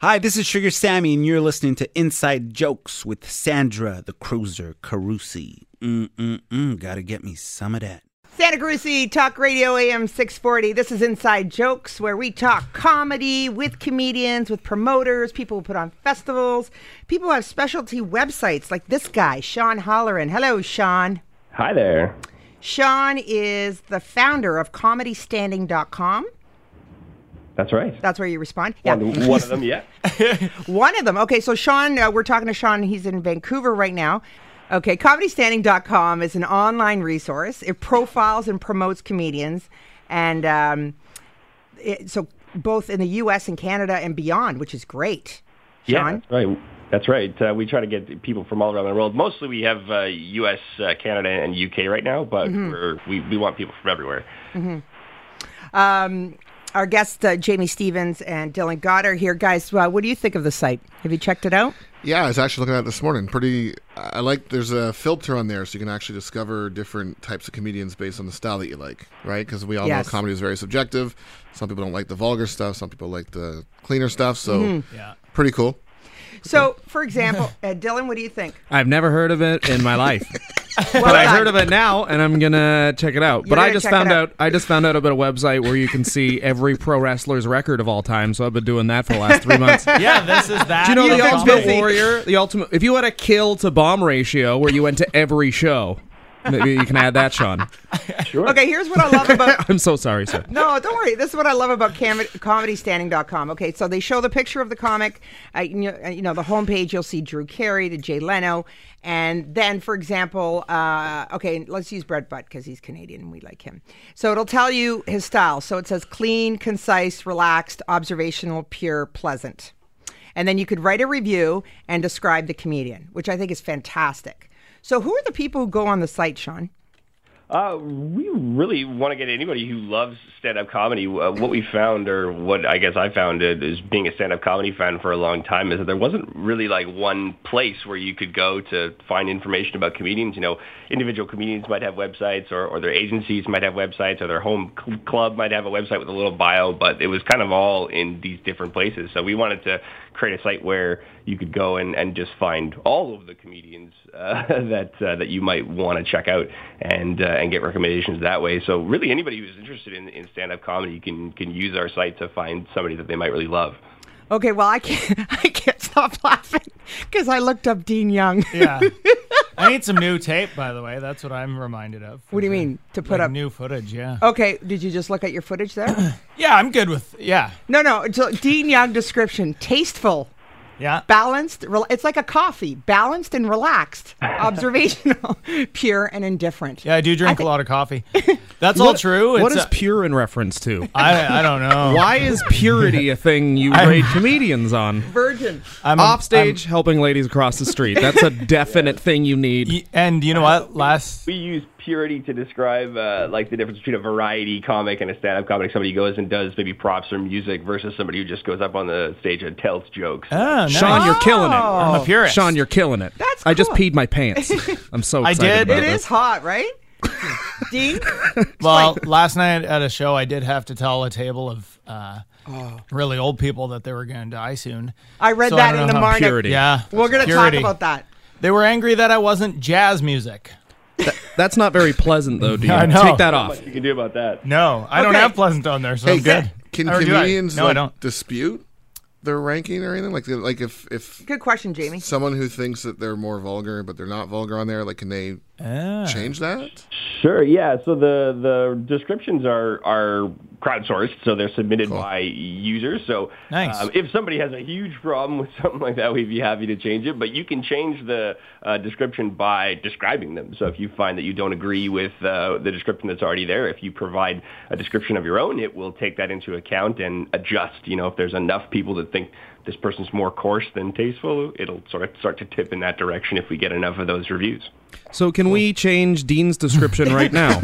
A: Hi, this is Sugar Sammy, and you're listening to Inside Jokes with Sandra the Cruiser Carusi. Mm-mm-mm, gotta get me some of that.
E: Santa Cruz Talk Radio AM 640. This is Inside Jokes, where we talk comedy with comedians, with promoters, people who put on festivals, people who have specialty websites like this guy, Sean Holleran. Hello, Sean.
K: Hi there.
E: Sean is the founder of ComedyStanding.com.
K: That's right.
E: That's where you respond. Yeah,
K: One, one of them, yeah.
E: one of them. Okay, so Sean, uh, we're talking to Sean. He's in Vancouver right now. Okay, ComedyStanding.com is an online resource. It profiles and promotes comedians, and um, it, so both in the U.S. and Canada and beyond, which is great.
K: Yeah,
E: Sean,
K: that's right. That's right. Uh, we try to get people from all around the world. Mostly we have uh, U.S., uh, Canada, and U.K. right now, but we're, we, we want people from everywhere.
E: um, our guests uh, Jamie Stevens and Dylan Goddard here, guys. Uh, what do you think of the site? Have you checked it out?
G: yeah, I was actually looking at it this morning. Pretty. I like. There's a filter on there, so you can actually discover different types of comedians based on the style that you like, right? Because we all
E: Yes.
G: know comedy is very subjective. Some people don't like the vulgar stuff. Some people like the cleaner stuff. So,
F: Yeah.
G: pretty cool.
E: So, for example, uh, Dylan, what do you think?
H: (laughs) I've never heard of it in
E: (laughs)
H: my life,
E: Well
H: but I
E: done.
H: heard of it now, and I'm gonna check it out.
E: You're
H: but I
E: gonna
H: just
E: check
H: found
E: it
H: out.
E: out.
H: I just found out about a website where you
E: (laughs)
H: can see every pro wrestler's record of all time. So I've been doing that for the last three
E: (laughs)
H: months.
F: yeah, this is that.
H: Do you know
E: You
H: the
E: think
H: ultimate
E: busy.
H: warrior? The ultimate. If you had a kill to bomb ratio where you went to every show, maybe you can add that, Sean.
E: Okay, here's what I love
H: (laughs)
E: about
H: I'm so sorry, sir.
E: No, don't worry. This is what I love about cam- comedystanding.com. Okay, so they show the picture of the comic. Uh, you, know, uh, you know, the homepage, you'll see Drew Carey, the Jay Leno. And then, for example, uh, okay, let's use Brett Butt because he's Canadian and we like him. So it'll tell you his style. So it says clean, concise, relaxed, observational, pure, pleasant. And then you could write a review and describe the comedian, which I think is fantastic. So who are the people who go on the site, Sean?
K: Uh, we really want to get anybody who loves stand-up comedy. Uh, what we found, or what I guess I found, uh, is being a stand-up comedy fan for a long time, is that there wasn't really like one place where you could go to find information about comedians. You know, individual comedians might have websites, or, or their agencies might have websites, or their home cl- club might have a website with a little bio. But it was kind of all in these different places. So we wanted to create a site where you could go and, and just find all of the comedians uh, (laughs) that uh, that you might want to check out and uh, and get recommendations that way. So really, anybody who's interested in, in stand up comedy can can use our site to find somebody that they might really love.
E: Okay, well, I can't, (laughs) I can't stop laughing because I looked up Dean Young.
F: Yeah. I need some new tape, by the way. That's what I'm reminded of.
E: (laughs) What do you mean to put
F: Like
E: up? Oh.
F: new footage? Yeah.
E: Okay, did you just look at your footage there? (clears throat)
F: Yeah, I'm good with. Yeah.
E: no, no. so Dean Young description: tasteful,
F: yeah,
E: balanced. Rel- it's like a coffee: balanced
F: (laughs)
E: and relaxed, observational, (laughs) pure and indifferent.
F: Yeah, I do drink a lot of
E: (laughs)
F: coffee. That's all
H: What-
F: true.
H: What
F: It's
H: is
F: a-
H: pure in reference to?
F: I, I don't
E: (laughs)
F: know.
H: Why is purity a thing
F: (laughs)
H: you
F: I'm-
H: grade comedians on?
E: Virgin.
F: I'm
H: Off stage, helping ladies across the street.
F: (laughs)
H: That's a definite thing you need.
F: and you know what? Last
K: we use purity to describe uh, like the difference between a variety comic and a stand-up comic. Somebody who goes and does maybe props or music versus somebody who just goes up on the stage and tells jokes.
F: Oh, nice.
H: Sean, you're killing it.
F: I'm
E: Oh,
F: a purist.
H: Sean, you're killing it.
E: That's
H: I just
E: cool.
H: peed
E: (laughs)
H: my pants. I'm so
F: I
H: excited.
F: did.
H: About
E: It
H: this.
E: is
F: (laughs)
E: hot, right? Dean.
F: Well, last night at a show, I did have to tell a table of uh,
E: Oh.
F: really old people that they were going to die soon.
E: I read
F: So
E: that
F: don't
E: in
F: know
E: the
F: how-
E: morning.
H: purity.
F: Yeah,
E: We're gonna
F: Purity.
E: talk about that.
F: They were angry that I wasn't jazz music.
H: That's not very
F: (laughs)
H: pleasant, though, Dean.
F: I know.
H: Take that off.
K: What you can do about that?
F: No, I don't
E: Okay.
F: have pleasant on there, so
G: Hey,
F: I'm Oh, good.
G: Can
F: Or do I?
G: comedians
F: No, I
G: like,
F: don't.
G: dispute their ranking or anything? Like, like if if
E: Good question, Jamie.
G: someone who thinks that they're more vulgar but they're not vulgar on there, like, can they
F: Ah.
G: change that?
K: Sure. Yeah. So the the descriptions are are crowdsourced, so they're submitted by users. So
F: Nice.
K: um, if somebody has a huge problem with (laughs) something like that, we'd be happy to change it. But you can change the uh, description by describing them. So if you find that you don't agree with uh, the description that's already there, if you provide a description of your own, it will take that into account and adjust. You know, if there's enough people that think this person's more coarse than tasteful, it'll sort of start to tip in that direction if we get enough of those reviews.
H: So, can we change Dean's description
E: (laughs)
H: right now?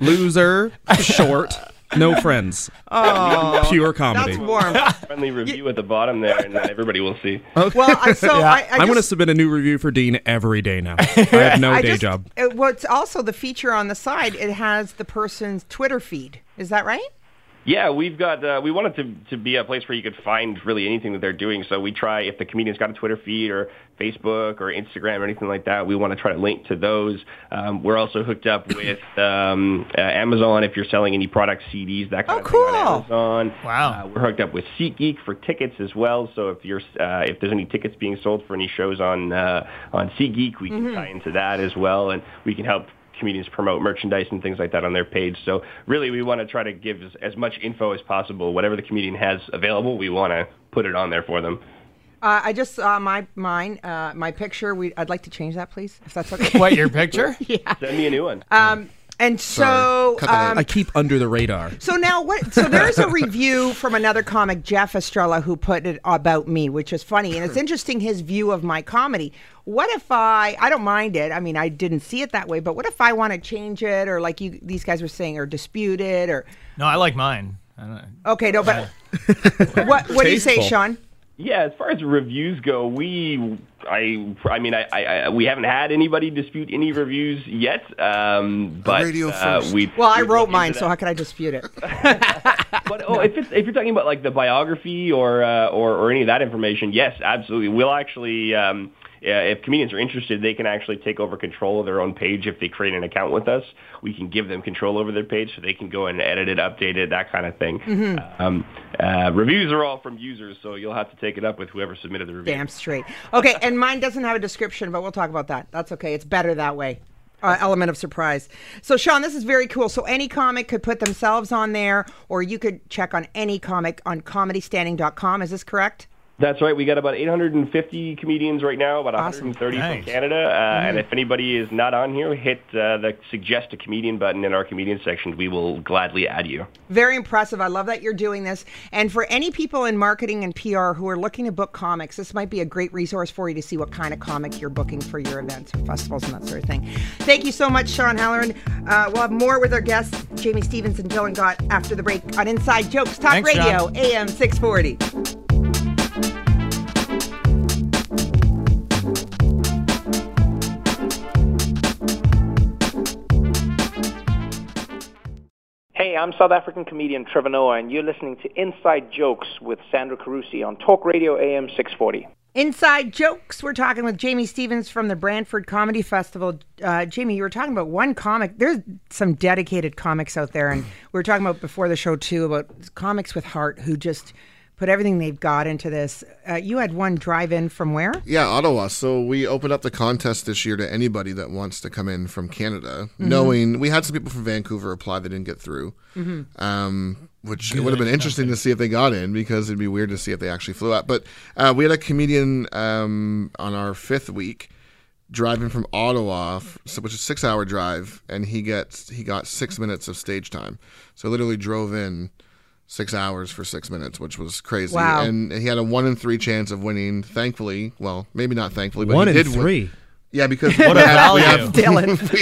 H: Loser, short, no friends. Pure comedy.
F: (laughs)
E: That's (laughs) warm.
K: (laughs) friendly review at the bottom there, and then everybody will see.
E: Well, I, so I, I
H: I'm going to
E: just-
H: submit a new review for Dean every
E: (laughs)
H: day now. I have no
E: I
H: day
E: just-
H: job.
E: It, what's also the feature on the side? It has the person's Twitter feed. Is that right?
K: Yeah, we've got uh, we wanted to to be a place where you could find really anything that they're doing. So we try if the comedian's got a Twitter feed or Facebook or Instagram or anything like that, we want to try to link to those. Um, we're also hooked up with um, uh, Amazon if you're selling any product CDs that kind
E: Oh,
K: of thing on
E: cool.
K: Amazon.
F: Wow.
K: Uh, we're hooked up with SeatGeek for tickets as well. So if you're uh, if there's any tickets being sold for any shows on uh, on SeatGeek, we
G: Mm-hmm.
K: can tie into that as well, and we can help comedians promote merchandise and things like that on their page. So really, we want to try to give as, as much info as possible. Whatever the comedian has available, we want to put it on there for them.
E: Uh, I just saw my mine uh, my picture. We I'd like to change that, please, if that's okay.
F: (laughs) What your picture?
K: Send me a new
G: (laughs)
K: one.
G: Uh,
E: Um, and so
G: Cut that out.
E: um,
H: I keep under the radar.
E: so now what? So there's a review from another comic, Jeff Estrella, who put it about me, which is funny and it's interesting his view of my comedy. What if I? I don't mind it. I mean, I didn't see it that way, but what if I want to change it or like you these guys were saying or dispute it or
F: No, I like mine. I
G: (laughs)
F: don't,
E: okay, no, but what what do you say,
H: Tasteful.
E: Sean?
K: Yeah, as far as reviews go, we I I mean I, I, I we haven't had anybody dispute any reviews yet. Um, but
G: radio
K: uh,
G: first.
K: we
E: Well, I
K: we'd
E: wrote
K: look into
E: mine,
K: that.
E: so how can I dispute it? (laughs)
K: But oh, if it's if you're talking about like the biography or uh, or, or any of that information, yes, absolutely. We'll actually, um, yeah, if comedians are interested, they can actually take over control of their own page if they create an account with us. We can give them control over their page, so they can go and edit it, update it, that kind of thing. Um, uh, reviews are all from users, so you'll have to take it up with whoever submitted the review.
E: Damn straight. Okay, and mine doesn't have a description, but we'll talk about that. That's okay. It's better that way. Uh, element of surprise. So, Sean, this is very cool. So, any comic could put themselves on there, or you could check on any comic on comedystanding.com. Is this correct?
K: That's right. We got about 850 comedians right now, about 130
L: Nice.
K: from Canada. Uh, And if anybody is not on here, hit uh, the suggest a comedian button in our comedian section. We will gladly add you.
E: Very impressive. I love that you're doing this. And for any people in marketing and PR who are looking to book comics, this might be a great resource for you to see what kind of comic you're booking for your events or festivals and that sort of thing. Thank you so much, Sean Halloran. Uh, we'll have more with our guests, Jamie Stevens and Dylan Gott, after the break on Inside Jokes Talk
M: Thanks,
E: Radio,
M: Sean.
E: AM 640.
N: Hey, I'm South African comedian Trevor Noah, and you're listening to Inside Jokes with Sandra Carusi on Talk Radio AM 640.
E: Inside Jokes. We're talking with Jamie Stevens from the Brantford Comedy Festival. Uh, Jamie, you were talking about one comic. There's some dedicated comics out there, and we were talking about before the show too about comics with heart who just put everything they've got into this. Uh, you had one drive-in
F: (laughs)
E: from where?
G: Yeah, Ottawa. So we opened up the contest this year to anybody that wants to come in from Canada,
E: Mhm.
G: knowing we had some people from Vancouver apply that didn't get through,
O: Mhm.
G: um, which it
O: Good.
G: would have been interesting to see if they got in because it'd be weird to see if they actually flew out. But uh, we had a comedian um, on our fifth week driving from Ottawa, f- so- which is a six-hour drive, and he gets he got six minutes of stage time. So literally drove in. Six hours for six minutes, which was crazy.
E: Wow.
G: And and he had a one in three chance of winning. Thankfully, well, maybe not thankfully, but
H: One
G: he
H: in
G: did
H: three?
G: Win. Yeah, because
H: (laughs) What
G: we
H: a
G: have, we
H: value.
G: have,
H: Dylan.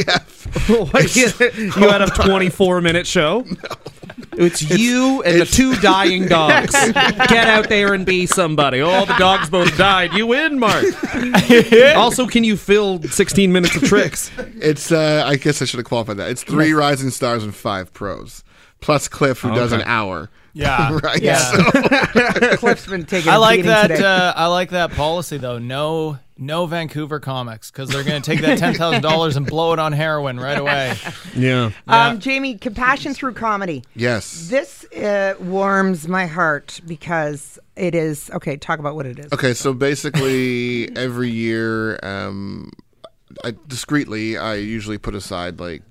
G: (laughs) we
H: (laughs)
G: have.
H: you had a 24 minute (laughs) show. Oh, It's you and the (laughs) two dying dogs. Get out there and be somebody. All the dogs both died. You win, (laughs) Mark. also, can you fill 16 minutes of tricks?
G: It's. Uh, I guess I should have qualified that. It's three rising stars and five pros, plus Cliff,
H: Oh,
G: who does
F: Okay.
G: an hour.
F: Yeah.
G: right.
F: Yeah.
G: So-
E: Cliff's been taking.
F: I like that.
E: today.
F: Uh, I like that policy though. No, no Vancouver comics because they're going to take that ten thousand dollars and blow it on heroin right away.
H: Yeah.
E: Um, Jamie, compassion through comedy.
G: Yes.
E: This uh, warms my heart because it is okay. Talk about what it is.
G: Okay, so basically every year, um, I, discreetly, I usually put aside like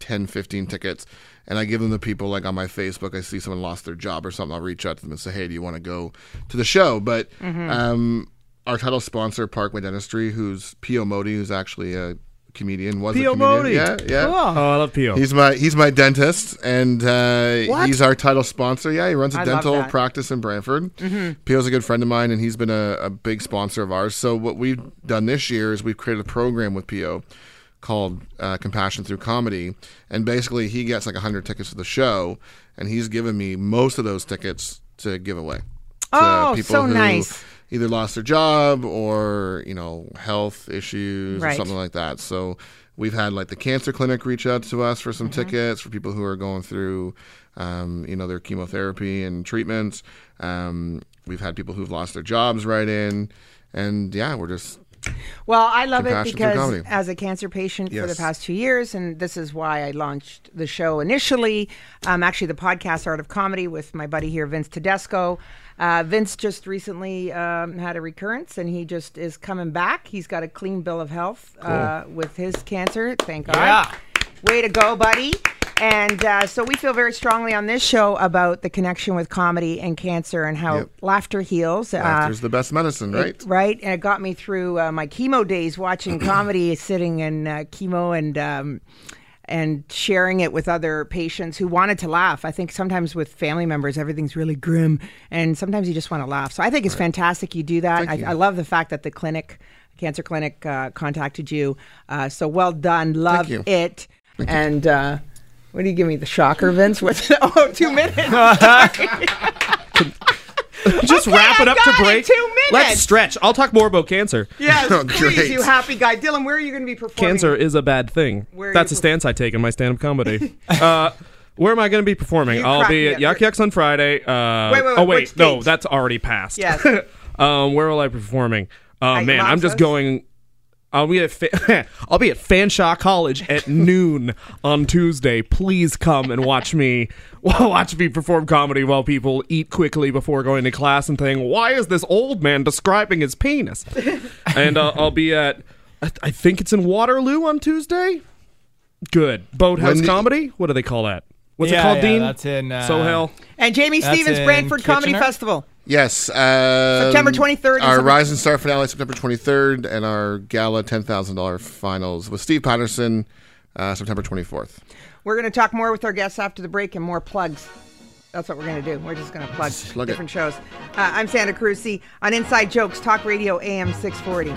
G: 10, 15 tickets, and I give them to people like on my Facebook. I see someone lost their job or something. I'll reach out to them and say, "Hey, do you want to go to the show?" But
H: Mm-hmm.
O: Mhm.
G: um, our title sponsor, Parkway Dentistry, who's Pio Modi, who's actually a comedian, was
H: Pio
G: a comedian.
H: Modi.
G: Yeah, yeah.
H: Cool. Oh, I love Pio.
G: He's my he's my dentist, and uh,
H: What?
G: he's our title sponsor. Yeah, he runs a
H: I love
G: dental
H: that.
G: practice in Brantford.
H: Mhm.
G: Peel's a good friend of mine, and he's been a, a big sponsor of ours. So what we've done this year is we've created a program with Pio called uh, Compassion Through Comedy, and basically he gets like 100 tickets to the show, and he's given me most of those tickets to give away. to
E: Oh, so nice.
G: Either lost their job or you know health issues or
E: Right.
G: something like that. So we've had like the cancer clinic reach out to us for
E: Mm-hmm.
G: some tickets for people who are going through um, you know their chemotherapy and treatments. Um, we've had people who've lost their jobs right in, and yeah, we're just
E: Well, I love it
G: Compassion through
E: because
G: comedy.
E: as a cancer patient for the
G: Yes.
E: past two years, and this is why I launched the show initially. Um, actually, the podcast Art of Comedy with my buddy here, Vince Tedesco. Uh, Vince just recently um, had a recurrence, and he just is coming back. He's got a clean bill of health uh, with his cancer. Thank God.
F: Yeah.
E: Way to go, buddy. And uh, so we feel very strongly on this show about the connection with comedy and cancer and how
G: Yep.
E: laughter heals. Uh,
G: laughter's the best medicine, right?
E: it- right. And it got me through uh, my chemo days watching comedy, sitting in uh, chemo and um, and sharing it with other patients who wanted to laugh. I think sometimes with family members, everything's really grim, and sometimes you just want to laugh. So I think it's fantastic you do that. I, I love the fact that the clinic, cancer clinic, uh, contacted you. Uh, so well done. Love
M: you.
E: it. and uh, what do you give me? The shocker, Vince? (laughs) What's oh, two minutes?
H: Just wrap it up to break.
E: two minutes.
H: Let's stretch. I'll talk more about cancer.
E: Yes, please, you happy guy. Dylan, where are you going to be performing?
H: Cancer is a bad thing.
E: Where are
H: That's
E: you
H: a stance I take in my stand up comedy.
E: (laughs)
H: uh, where am I going to be performing?
E: You
H: I'll
E: crack
H: be
E: me
H: at
E: up.
H: Yuck Yucks on Friday.
E: Wait,
H: Uh,
E: wait, wait,
H: oh, wait.
E: which
H: No,
E: date?
H: that's already passed.
E: Yes.
H: (laughs) um, where will I be performing? Uh,
E: your
H: man, I'm
E: mom's
H: just
E: house?
H: going. I'll be at fa- (laughs) I'll be at Fanshawe College at noon on Tuesday. Please come and watch me (laughs) watch me perform comedy while people eat quickly before going to class and saying, "Why is this old man describing his penis?" and uh, I'll be at I, I think it's in Waterloo on Tuesday. Good boathouse
F: When the-
H: comedy. What do they call that? What's
F: Yeah,
H: it called,
F: yeah,
H: Dean?
F: that's in, uh,
H: Sohel.
E: And Jamie
F: That's
E: Stevens,
F: in
E: Brantford Comedy
F: Kitchener?
E: Festival.
G: Yes. Um,
E: September 23rd and
G: Our
E: September-
G: Rise and Star finale, September 23rd, and our gala $10,000 finals with Steve Patterson, uh, September 24th.
E: We're going to talk more with our guests after the break and more plugs. That's what we're going to do. We're just going to plug,
G: plug it.
E: different shows. Uh, I'm Santa Cruci on Inside Jokes, Talk Radio AM 640.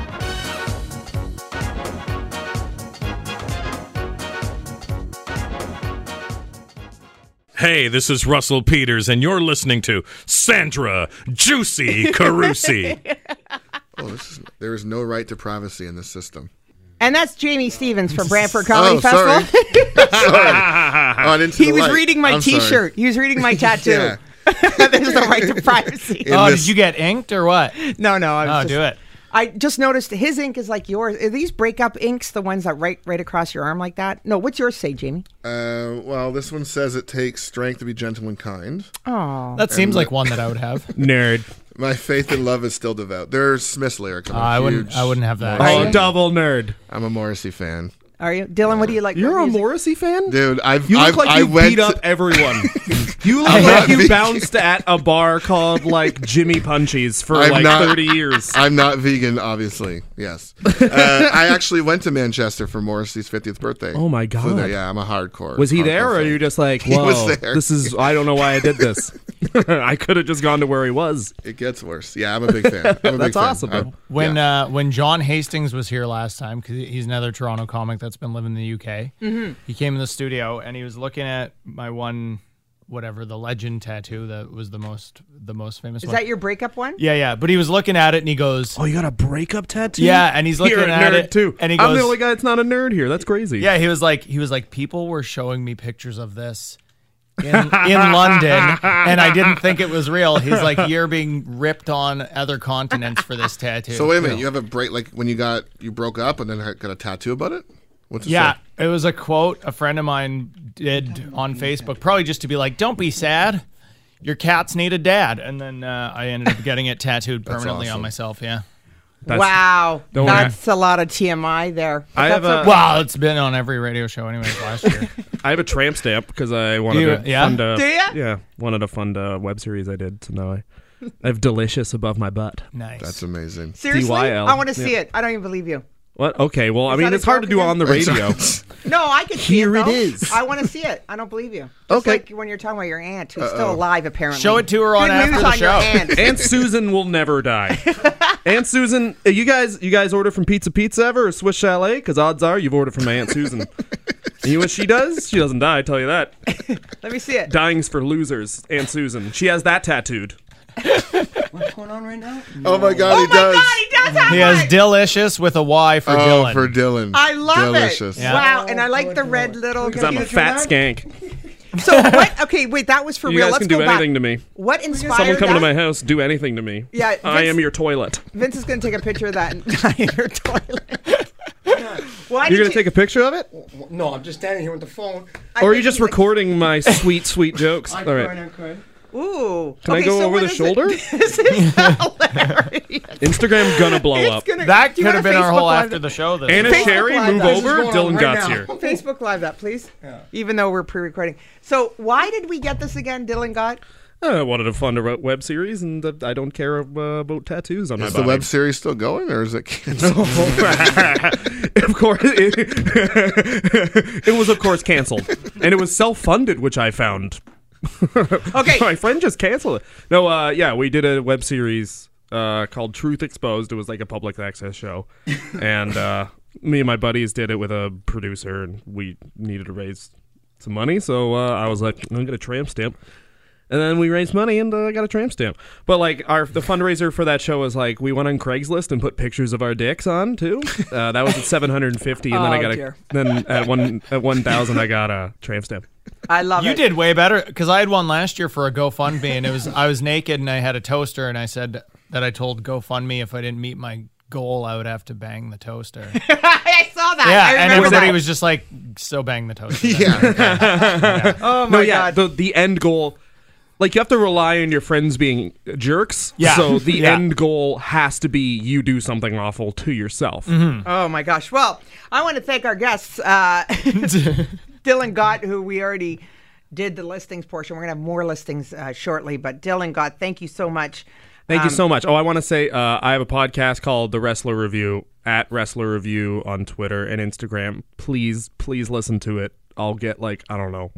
L: Hey, this is Russell Peters, and you're listening to Sandra Juicy
G: (laughs)
L: Carusi.
G: Oh, this is, there is no right to privacy in this system.
E: And that's Jamie Stevens from Brantford Comedy
G: oh,
E: Festival.
G: Sorry. (laughs) sorry. Oh, I didn't see
E: he
G: the
E: was
G: light.
E: reading my
G: I'm sorry.
E: T-shirt. He was reading
G: (laughs)
E: my tattoo. (laughs)
G: Yeah.
E: There's no right to
G: (laughs)
E: privacy.
F: oh, did you get inked or what?
E: No, no. I was
F: oh,
E: just-
F: do it.
E: I just noticed his ink is like yours. Are these breakup inks the ones that right right across your arm like that? No, what's yours say, Jamie?
G: Uh, well, this one says it takes strength to be gentle and kind.
E: Oh,
F: That seems like one that I would have.
H: Nerd.
G: My faith in love is still devout. There's Smith's lyric. I'm a
F: Uh, I wouldn't-
G: huge
F: I wouldn't have that.
G: Morrissey-
F: Oh,
H: double nerd.
G: I'm a Morrissey fan,
E: Are you Dylan? What do you like? You're a
H: Morrissey fan,
G: dude. I've
H: You look
G: I've,
H: like
G: I
H: you
G: went
H: beat
G: to-
H: up
G: (laughs)
H: everyone. you
G: I'm
H: look
G: not
H: like you
G: being-
H: bounced at a bar called like Jimmy Punchies for
G: I'm
H: like
G: not-
H: 30 years.
G: I'm not vegan, obviously.
H: (laughs)
G: Yes, uh, I actually went to Manchester for Morrissey's 50th birthday.
H: Oh, my
G: Flew there.
H: God.
G: Yeah, I'm a hardcore.
H: Was he
G: hardcore
H: there, or are
G: fan.
H: you just like,
G: He
H: whoa,
G: was there.
H: this is, I don't know why I
G: (laughs)
H: did this. (laughs) I could have just gone to where he was.
G: It gets worse. Yeah, I'm a big fan. I'm a big
H: (laughs) That's
G: fan.
H: awesome.
G: I'm-
F: When uh, when John Hastings was here last time, because he's another Toronto comic that's been living in the UK,
E: Mm-hmm.
M: Mhm.
F: he came in the studio and he was looking at my one, whatever the legend tattoo that was the most the most famous.
E: Is
F: one.
E: that your breakup one?
F: Yeah, yeah. But he was looking at it and he goes,
H: "Oh, you got a breakup tattoo?"
F: Yeah, and he's looking
H: You're a
F: at
H: nerd
F: it
H: too.
F: and he
H: I'm the
F: goes-
H: only guy that's not a nerd here. That's crazy.
F: Yeah, he was like, he was like, people were showing me pictures of this in, in
E: (laughs)
F: London, and I didn't think it was real. He's like, you're being ripped on other continents for this tattoo.
G: So wait a minute. You have a break like when you got you broke up and then got a tattoo about it. What's it
F: yeah,
G: say?
F: it was a quote a friend of mine did on Facebook, probably just to be like, "Don't be sad, your cats need a dad." And then uh, I ended up getting it tattooed
E: That's
F: permanently
E: awesome.
F: on myself. Yeah.
E: wow,
F: Don't worry.
E: that's a lot of TMI there.
H: I have
E: That's
H: a-
F: wow. It's been on every radio show anyways last year.
H: I have a tramp stamp because I wanted
F: You-
H: to
F: yeah?
H: fund a
F: Do ya?
H: yeah wanted to fund a web series I did. So now I, I have delicious above my butt.
F: Nice.
G: That's amazing.
E: Seriously,
H: DYL.
E: I want to
H: Yeah.
E: see it. I don't even believe you.
H: What? Okay. Well, I mean,
E: that
H: it's hard to do on the
E: (laughs)
H: radio.
E: No, I can see
H: Here
E: it.
H: it
E: though.
H: is.
E: I want to see it. I don't believe you. Just
H: Okay.
E: Like when you're talking about your aunt who's still
H: Uh-oh.
E: alive, apparently.
F: Show it to her on
E: Good
F: after
E: news
F: the
E: on Your
F: show.
H: (laughs)
E: aunt.
H: Aunt Susan will
E: (laughs)
H: never die. Aunt Susan, uh, you guys, you guys order from Pizza Pizza ever or Swiss Chalet? Because odds are you've ordered from my Aunt Susan. you know what she does? She doesn't die. I tell you that.
E: Let me see it.
H: Dying's for losers. Aunt Susan. She has that tattooed.
O: What's going on right now?
G: (laughs) Oh my god, he does.
F: he has delicious with a Y for
G: Oh,
F: Dylan.
G: for Dylan.
E: I love
G: Delicious.
E: it. Wow, and I like the red little.
H: Because I'm a fat skank.
E: So what? Okay, wait, that was for
H: (laughs) You
E: real.
H: guys
E: Let's
H: can do
E: go back.
H: anything to me.
E: What inspired
H: Someone come
E: that?
H: to my house, do anything to me.
E: Yeah,
H: I
E: Vince-
H: am your toilet.
E: Vince is going to take a picture of that in (laughs) your toilet. Why
H: You're
E: did
H: gonna
E: you?
H: take a picture of it,
O: No, I'm just standing here with the phone.
H: or are you just
E: (laughs)
H: recording my sweet, sweet jokes?
O: I'm
H: All
O: crying,
H: right.
O: I'm crying.
E: Ooh.
H: Can I
E: Okay,
H: go
E: so
H: over
E: what
H: the
E: is it? (laughs)
H: shoulder?
E: This is hilarious.
H: Instagram gonna blow
E: It's
H: up.
E: gonna- That do you could have want a been our whole Facebook Live?
F: after the show. This
H: Anna
E: Facebook
H: Sherry,
E: Live
H: move
E: that.
H: over. Dylan Gotts here.
E: (laughs) Facebook Live that, please. Even though we're pre-recording. So why did we get this again, Dylan Gott?
H: I wanted to fund a re- web series, and uh, I don't care uh, about tattoos on
G: Is
H: my
G: the
H: body. (laughs)
G: web series still going, or is
E: (laughs)
G: it canceled?
H: of course, it, (laughs) it was of course canceled, and it was self-funded, which I found. (laughs)
E: okay,
H: my friend just canceled it. No, uh, yeah, we did a web series uh, called Truth Exposed. It was like a public
F: (laughs)
H: access show, and uh, me and my buddies did it with a producer, and we needed to raise some money, so uh, I was like, I'm gonna get a tramp stamp. And then we raised money and uh, I got a tramp stamp. But like our the fundraiser for that show was like we went on Craigslist and put pictures of our dicks
F: (laughs)
H: on too. Uh, that was at 750, and then I
F: Oh,
H: got
F: dear.
H: a then at one at 1,000 I got a tramp stamp.
E: I love
F: you
E: it.
F: did way better because I had one last year for a GoFundMe, and it was I was naked and I had a toaster, and I said that I told GoFundMe if I didn't meet my goal, I would have to bang the toaster. yeah,
E: I saw that. I
F: and
E: remember
F: everybody
E: that.
F: was just like, "So bang the
E: (laughs)
F: toaster."
H: Oh my no, yeah, The the end goal, like you have to rely on your friends being jerks.
F: Yeah.
H: So the
F: Yeah.
H: end goal has to be you do something awful to yourself.
E: Oh my gosh. (laughs) Well, I want to thank our guests, uh, Dylan Gott, who we already did the listings portion. We're going to have more listings uh, shortly, but Dylan Gott, thank you so much.
P: Thank you
E: Um,
P: so much. Oh, I want to say uh, I have a podcast called The Wrestler Review at Wrestler Review on Twitter and Instagram. Please, please listen to it. I'll get like I don't know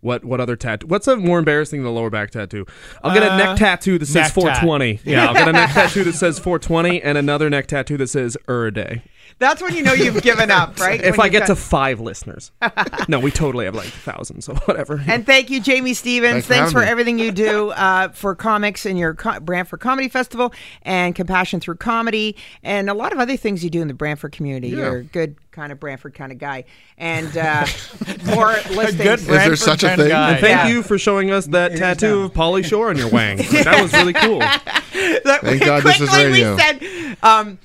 P: what what other tattoo. What's a more embarrassing than a lower back tattoo? I'll get a
Q: Uh,
P: neck tattoo that
Q: neck
P: says
Q: tat.
P: 420. Yeah, I'll get a neck tattoo that says 420 and another neck tattoo that says Uriday.
E: That's when you know you've given up, right?
P: if
E: When
P: I
E: you've
P: get to
E: done-
P: five
H: (laughs)
P: listeners, no, we totally have like a thousand. So whatever.
E: And thank you, Jamie Stevens.
P: Thanks
E: Thanks,
P: for having
E: for
P: me.
E: everything you do uh, for comics and your co- Brantford Comedy Festival and Compassion Through Comedy and a lot of other things you do in the Brantford community.
R: Yeah.
E: You're a good kind of Brantford kind of guy. And uh, (laughs)
P: (laughs)
E: more listings.
P: Is there such a thing? And thank you for showing us that tattoo of Polly Shore on your wang.
H: (laughs)
P: that was really cool.
E: That
P: Thank God this
E: (laughs) quickly
P: is radio.
E: we said um,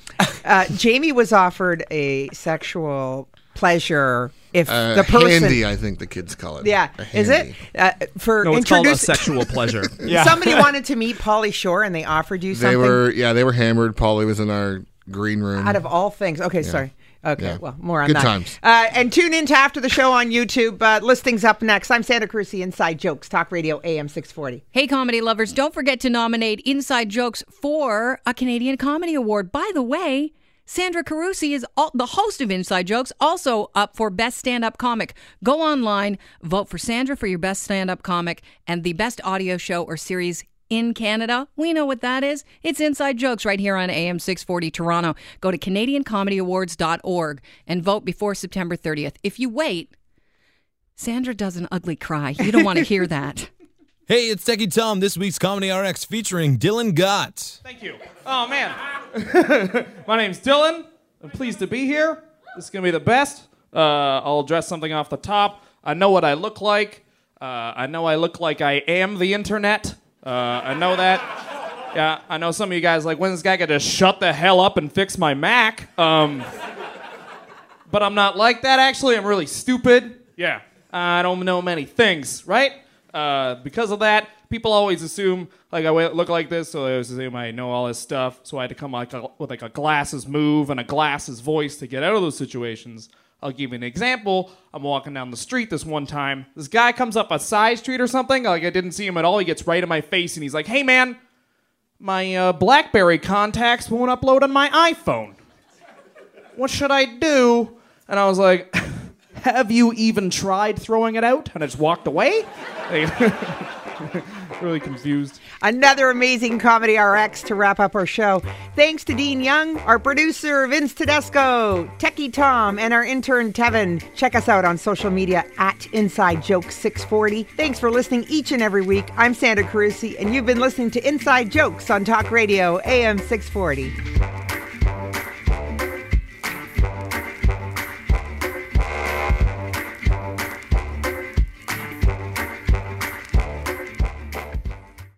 E: uh, Jamie was offered a sexual pleasure if
G: Uh,
E: the person
G: handy, I think the kids call it.
E: Yeah,
G: A
E: is it
G: handy.
E: uh, for
G: No, it's called a
E: introducing
G: sexual pleasure. Yeah. (laughs)
E: Somebody wanted to meet Polly Shore, and they offered you
G: They
E: something
G: were yeah, they were hammered. Polly was in our green room.
E: out of all things. Okay,
G: Yeah.
E: sorry. Okay,
G: Yeah.
E: well, more on
G: Good
E: that.
G: times.
E: Uh, and tune in to after the show on YouTube. Uh, listings up next. I'm Santa Cruz, the Inside Jokes Talk Radio AM 640.
S: Hey, comedy lovers, don't forget to nominate Inside Jokes for a Canadian Comedy Award. By the way, Sandra Carusi is all, the host of Inside Jokes, also up for Best Stand Up Comic. Go online, vote for Sandra for your Best Stand Up Comic and the Best Audio Show or Series in Canada. We know what that is. It's Inside Jokes right here on AM 640 Toronto. Go to CanadianComedyAwards.org and vote before September 30th. If you wait, Sandra does an ugly cry. You don't want to hear that.
F: Hey, it's Techie Tom. This week's Comedy RX featuring Dylan Gott.
H: (laughs) Thank you. Oh, man. (laughs) My name's Dylan. I'm pleased to be here. This is going to be the best. Uh, I'll address something off the top. I know what I look like. Uh, I know I look like I am the internet. Uh, I know that. Yeah, I know some of you guys are like, when's this guy going to shut the hell up and fix my Mac? Um, but I'm not like that, actually. I'm really stupid. Yeah. I don't know many things, right? Uh, because of that, people always assume like I wa- look like this, so they always assume I know all this stuff. So I had to come like a, with like a glasses move and a glasses voice to get out of those situations. I'll give you an example. I'm walking down the street this one time. This guy comes up a side street or something. Like I didn't see him at all. He gets right in my face and he's like, "Hey man, my uh, BlackBerry contacts won't upload on my iPhone. What should I do?" And I was like, (laughs) have you even tried throwing it out? And I just walked away. (laughs) really confused.
E: Another amazing Comedy RX to wrap up our show. Thanks to Dean Young, our producer, Vince Tedesco, Techie Tom, and our intern, Tevin. Check us out on social media at Inside Joke 640. Thanks for listening each and every week. I'm Sandra Carusi, and you've been listening to Inside Jokes on Talk Radio AM 640.